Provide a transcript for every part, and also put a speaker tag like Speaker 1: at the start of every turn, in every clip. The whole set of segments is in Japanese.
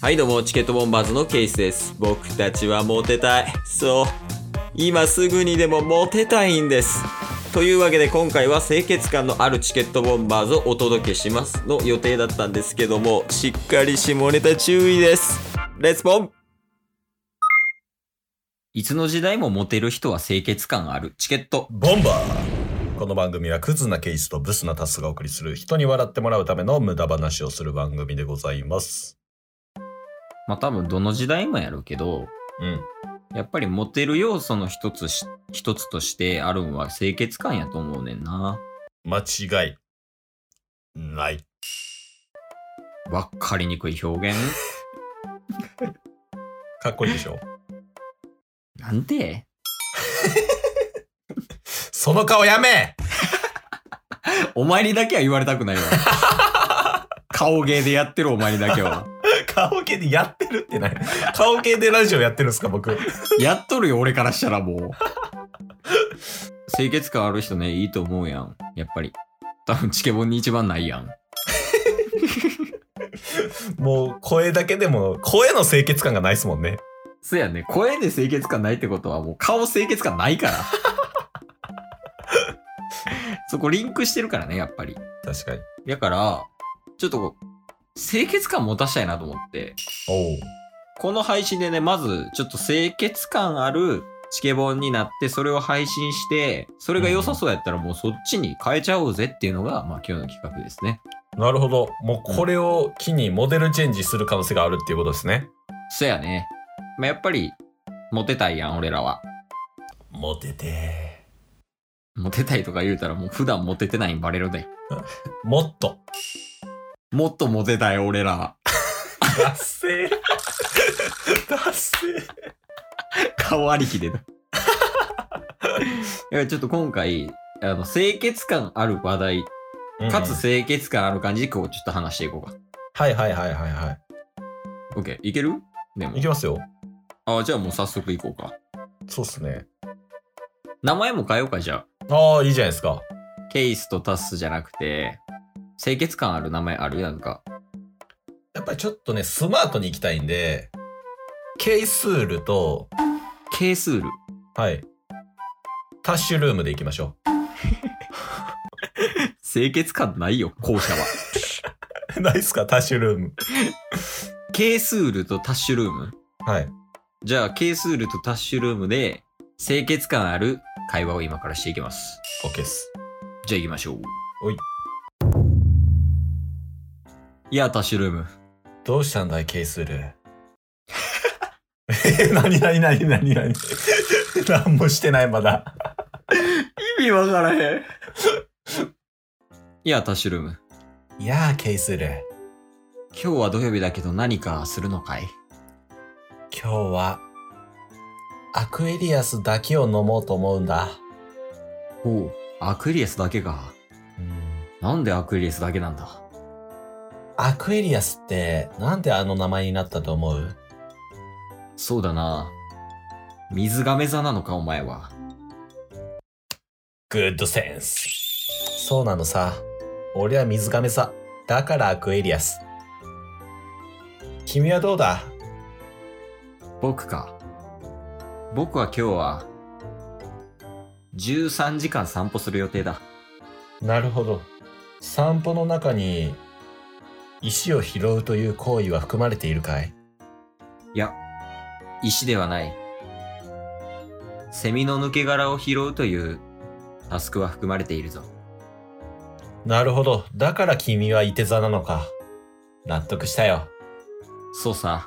Speaker 1: はいどうもチケットボンバーズのケイスです僕たちはモテたいそう今すぐにでもモテたいんですというわけで今回は清潔感のあるチケットボンバーズをお届けしますの予定だったんですけどもしっかり下ネタ注意ですレッツボン
Speaker 2: いつの時代もモテる人は清潔感あるチケット。
Speaker 3: ボンバーこの番組はクズなケースとブスなタスがお送りする人に笑ってもらうための無駄話をする番組でございます。
Speaker 2: まあ多分どの時代もやるけど、
Speaker 3: うん。
Speaker 2: やっぱりモテる要素の一つし、一つとしてあるんは清潔感やと思うねんな。
Speaker 3: 間違い。ない。
Speaker 2: わかりにくい表現。
Speaker 3: かっこいいでしょ
Speaker 2: なんて
Speaker 3: その顔やめ
Speaker 2: お前にだけは言われたく ないわ。顔芸でやってるお前にだけは。
Speaker 3: 顔系でやってるってない。顔系でラジオやってるんすか、僕。
Speaker 2: やっとるよ、俺からしたらもう。清潔感ある人ね、いいと思うやん。やっぱり。多分チケボンに一番ないやん。
Speaker 3: もう声だけでも、声の清潔感がないっすもんね。
Speaker 2: そうやね、声で清潔感ないってことはもう顔清潔感ないから。 そこリンクしてるからね、やっぱり。
Speaker 3: 確かに。
Speaker 2: だから、ちょっとこう、清潔感持たしたいなと思って、
Speaker 3: おう。
Speaker 2: この配信でね、まずちょっと清潔感あるチケボンになって、それを配信して、それが良さそうやったらもうそっちに変えちゃおうぜっていうのが、まあ今日の企画ですね。
Speaker 3: なるほど。もうこれを機にモデルチェンジする可能性があるっていうことですね。
Speaker 2: そやね。まあやっぱり、モテたいやん、俺らは。
Speaker 3: モテて
Speaker 2: モテたいとか言うたらもう普段モテてないんバレるで。
Speaker 3: ー。もっと。
Speaker 2: もっとモテたい、俺ら。
Speaker 3: 達成。達成。
Speaker 2: 顔ありきで な。いやちょっと今回、あの、清潔感ある話題、かつ清潔感ある感じで、こう、ちょっと話していこうか。
Speaker 3: はいはいはいはいは
Speaker 2: OK、いけるでも
Speaker 3: い。い。きますよ。
Speaker 2: あじゃあもう早速いこうか。
Speaker 3: そうっすね。
Speaker 2: 名前も変えようか、じゃ
Speaker 3: ああ、いいじゃないですか。
Speaker 2: あ。ケイスとタスじゃなくて、清潔感ある名前あるやんか。
Speaker 3: やっぱりちょっとね、スマートに行きたいんで、ケイスールと、
Speaker 2: ケースール。
Speaker 3: はい。タッシュルームで行きましょ
Speaker 2: 清潔感ないよ、校舎は。
Speaker 3: う。 ないっすかタッシュルーム。
Speaker 2: ケースールとタッシュルーム。
Speaker 3: はい。
Speaker 2: じゃあ、ケースールとタッシュルームで、清潔感ある会話を今からしていきます。
Speaker 3: OK っす。
Speaker 2: じゃあ行きましょう。
Speaker 3: おい。
Speaker 2: いや、タッシュルーム。
Speaker 3: どうしたんだい、ケイスール。 え、なになになになになに 何もしてない、まだ。
Speaker 2: 意味わからへん。いや、タッシュルーム。
Speaker 3: いやー、ケイスール。
Speaker 2: 今日は土曜日だけど何かするのかい
Speaker 3: 今日は、アクエリアスだけを飲もうと思うんだ。
Speaker 2: おう、アクエリアスだけか。
Speaker 3: うん。
Speaker 2: なんでアクエリアスだけなんだ
Speaker 3: アクエリアスって、なんであの名前になったと思う
Speaker 2: そうだな。水亀座なのか、お前は。
Speaker 3: グッドセンス。そうなのさ。俺は水亀さ。だからアクエリアス。君はどうだ
Speaker 2: 僕か。僕は今日は、13時間散歩する予定だ。
Speaker 3: なるほど。散歩の中に、石を拾うという行為は含まれているかい
Speaker 2: いや、石ではない。セミの抜け殻を拾うというタスクは含まれているぞ。
Speaker 3: なるほど。だから君はいて座なのか。納得したよ。
Speaker 2: そうさ。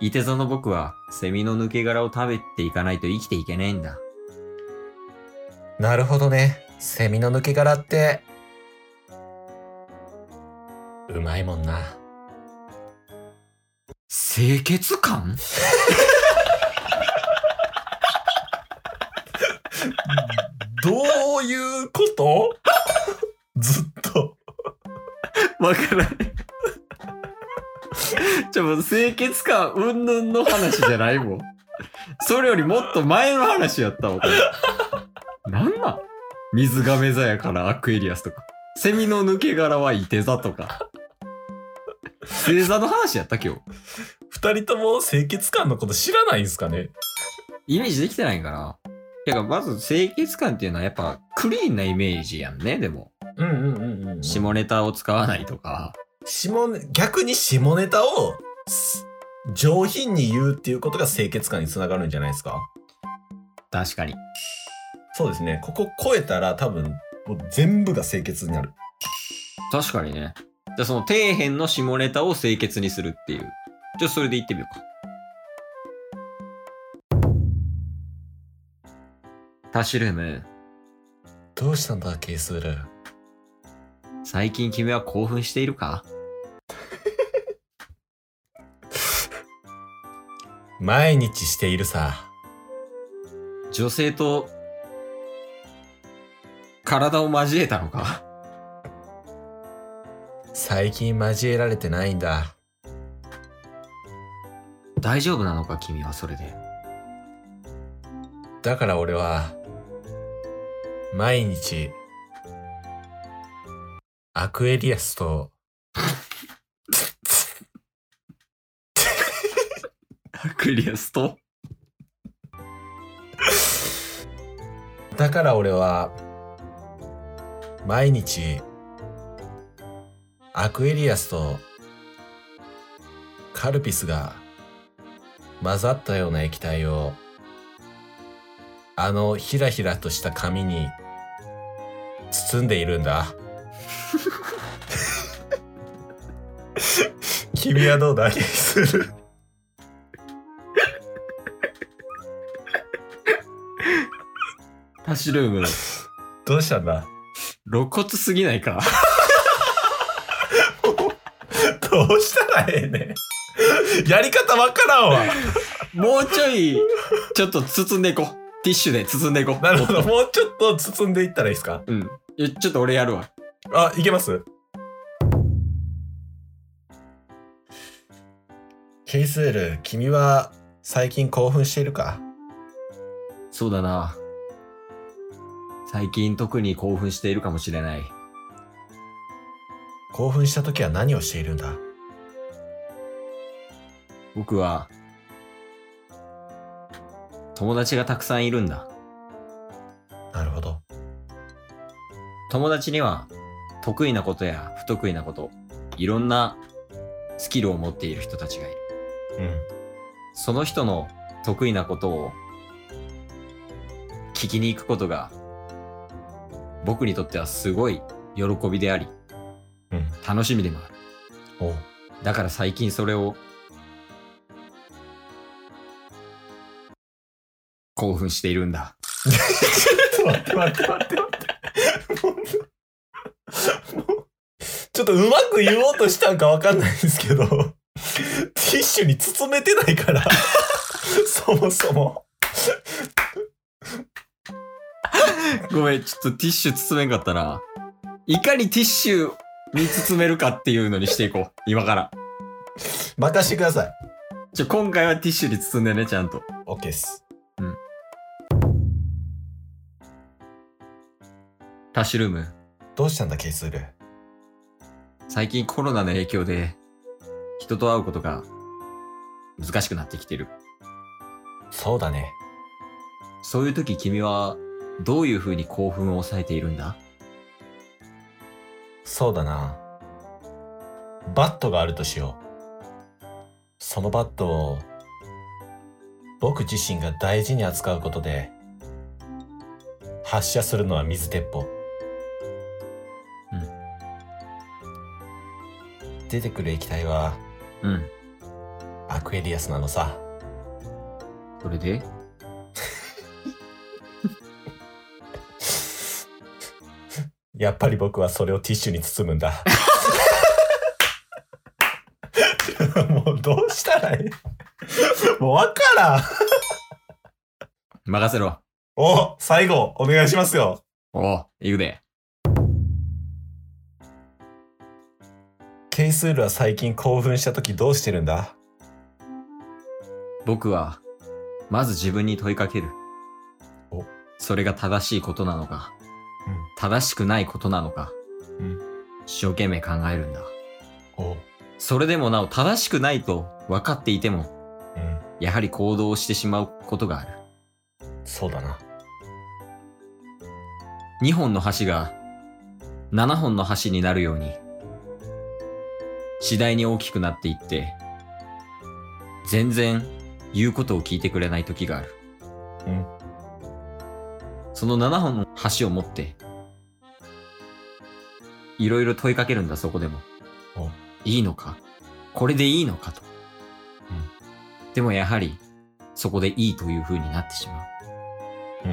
Speaker 2: いて座の僕はセミの抜け殻を食べていかないと生きていけないんだ。
Speaker 3: なるほどね。セミの抜け殻って、うまいもんな。
Speaker 2: 清潔感
Speaker 3: どういうこと ずっと。
Speaker 2: わからない。ちょ、もう清潔感うんぬんの話じゃないもん。それよりもっと前の話やったわ、これ。なんなん水亀座やからアクエリアスとか。セミの抜け殻はいて座とか。星座の話やった今日。
Speaker 3: 二人とも清潔感のこと知らないんすかね
Speaker 2: イメージできてないんかな。てか、まず清潔感っていうのはやっぱクリーンなイメージやんね、でも。
Speaker 3: うんうんうんうん下
Speaker 2: 下ネタを使わないとか。
Speaker 3: ネ逆に下ネタをす上品に言うっていうことが清潔感につながるんじゃないですか
Speaker 2: 確かに。
Speaker 3: そうですねここ超えたら多分もう全部が清潔になる
Speaker 2: 確かにね。じゃあその底辺の下ネタを清潔にするっていう。じゃあそれで言ってみようか。タッシュルーム、
Speaker 3: どうしたんだケースール
Speaker 2: 最近君は興奮しているか
Speaker 3: 毎日しているさ
Speaker 2: 女性と、体を交えたのか
Speaker 3: 最近交えられてないんだ
Speaker 2: 大丈夫なのか君はそれで。
Speaker 3: だから俺は毎日アクエリアスと
Speaker 2: クリアスと
Speaker 3: だから俺は毎日アクエリアスとカルピスが混ざったような液体をあのひらひらとした紙に包んでいるんだ 君はどうだ 気にする
Speaker 2: タッシュルーム、
Speaker 3: どうしたんだ
Speaker 2: 露骨すぎないか
Speaker 3: どうしたらええねん やり方わからんわ
Speaker 2: もうちょい、ちょっと包んでいこう。ティッシュで包んでいこう。
Speaker 3: なるほど。
Speaker 2: もっ
Speaker 3: もうちょっと包んでいったらいいですか
Speaker 2: と。うん。いやちょっと俺やるわ。
Speaker 3: あ、いけますケイスエル、君は最近興奮しているか
Speaker 2: そうだな。最近特に興奮しているかもしれない。
Speaker 3: 興奮した時は何をしているんだ
Speaker 2: 僕は、友達がたくさんいるんだ。
Speaker 3: なるほど。
Speaker 2: 友達には、得意なことや不得意なこと、いろんなスキルを持っている人たちがいる。
Speaker 3: うん。
Speaker 2: その人の得意なことを聞きに行くことが僕にとってはすごい喜びであり
Speaker 3: うん。
Speaker 2: 楽しみでもある。
Speaker 3: お う
Speaker 2: だから最近それを興奮しているんだ。
Speaker 3: ちょっと待って待って待って待って。もうもうちょっとうまく言おうとしたんかわかんないんですけど、ティッシュに包めてないから、 そもそも。
Speaker 2: ごめん、ちょっとティッシュ包めんかったな。いかにティッシュに包めるかっていうのにしてい こう。今から。
Speaker 3: 任してください。
Speaker 2: じゃ、今回はティッシュに包んでね、ちゃんと。
Speaker 3: OK っす。
Speaker 2: タッシュルーム。
Speaker 3: どうしたんだ、ケイスール。
Speaker 2: 最近コロナの影響で人と会うことが難しくなってきてる。
Speaker 3: そうだね。
Speaker 2: そういう時君はどういう風に興奮を抑えているんだ
Speaker 3: そうだな。バットがあるとしよう。そのバットを、僕自身が大事に扱うことで、発射するのは水鉄砲。出てくる液体は、
Speaker 2: うん。
Speaker 3: アクエリアスなのさ。
Speaker 2: それで
Speaker 3: やっぱり僕はそれをティッシュに包むんだ。 もうどうしたらいいもうわからん。
Speaker 2: 任せろ。
Speaker 3: お、最後、お願いしますよ。
Speaker 2: おう、行くで。
Speaker 3: ケイスールは最近興奮した時どうしてるんだ
Speaker 2: 僕は、まず自分に問いかける
Speaker 3: お。
Speaker 2: それが正しいことなのか、
Speaker 3: うん
Speaker 2: 正しくないことなのか、
Speaker 3: うん
Speaker 2: 一生懸命考えるんだ。
Speaker 3: お
Speaker 2: それでもなお正しくないと分かっていても、
Speaker 3: うん。
Speaker 2: やはり行動してしまうことがある。
Speaker 3: そうだな。
Speaker 2: 2本の橋が7本の橋になるように、次第に大きくなっていって、全然言うことを聞いてくれない時がある。
Speaker 3: うん
Speaker 2: その7本の橋を持って、いろいろ問いかけるんだ、そこでも
Speaker 3: お。
Speaker 2: いいのかこれでいいのかと。でもやはり、そこでいいという風になってしまう。
Speaker 3: う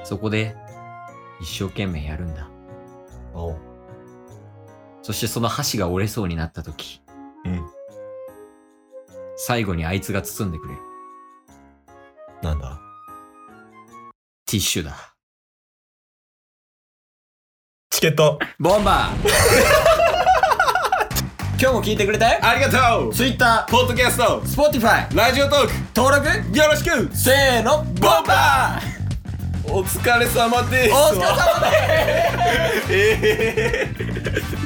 Speaker 3: ん
Speaker 2: そこで、一生懸命やるんだ。
Speaker 3: おう。
Speaker 2: そしてその箸が折れそうになった時、
Speaker 3: うん。
Speaker 2: 最後にあいつが包んでくれる。
Speaker 3: なんだ
Speaker 2: ティッシュだ。
Speaker 3: チケット
Speaker 2: ボンバー 今日も聞いてくれたよ
Speaker 1: ありがとう
Speaker 2: Twitter、
Speaker 1: ポッドキャスト
Speaker 2: Spotify、
Speaker 1: ラジオトーク
Speaker 2: 登録、
Speaker 1: よろしく
Speaker 2: せーの、ボンバ ー
Speaker 1: お疲れ様です
Speaker 2: お疲れ様です
Speaker 1: ええ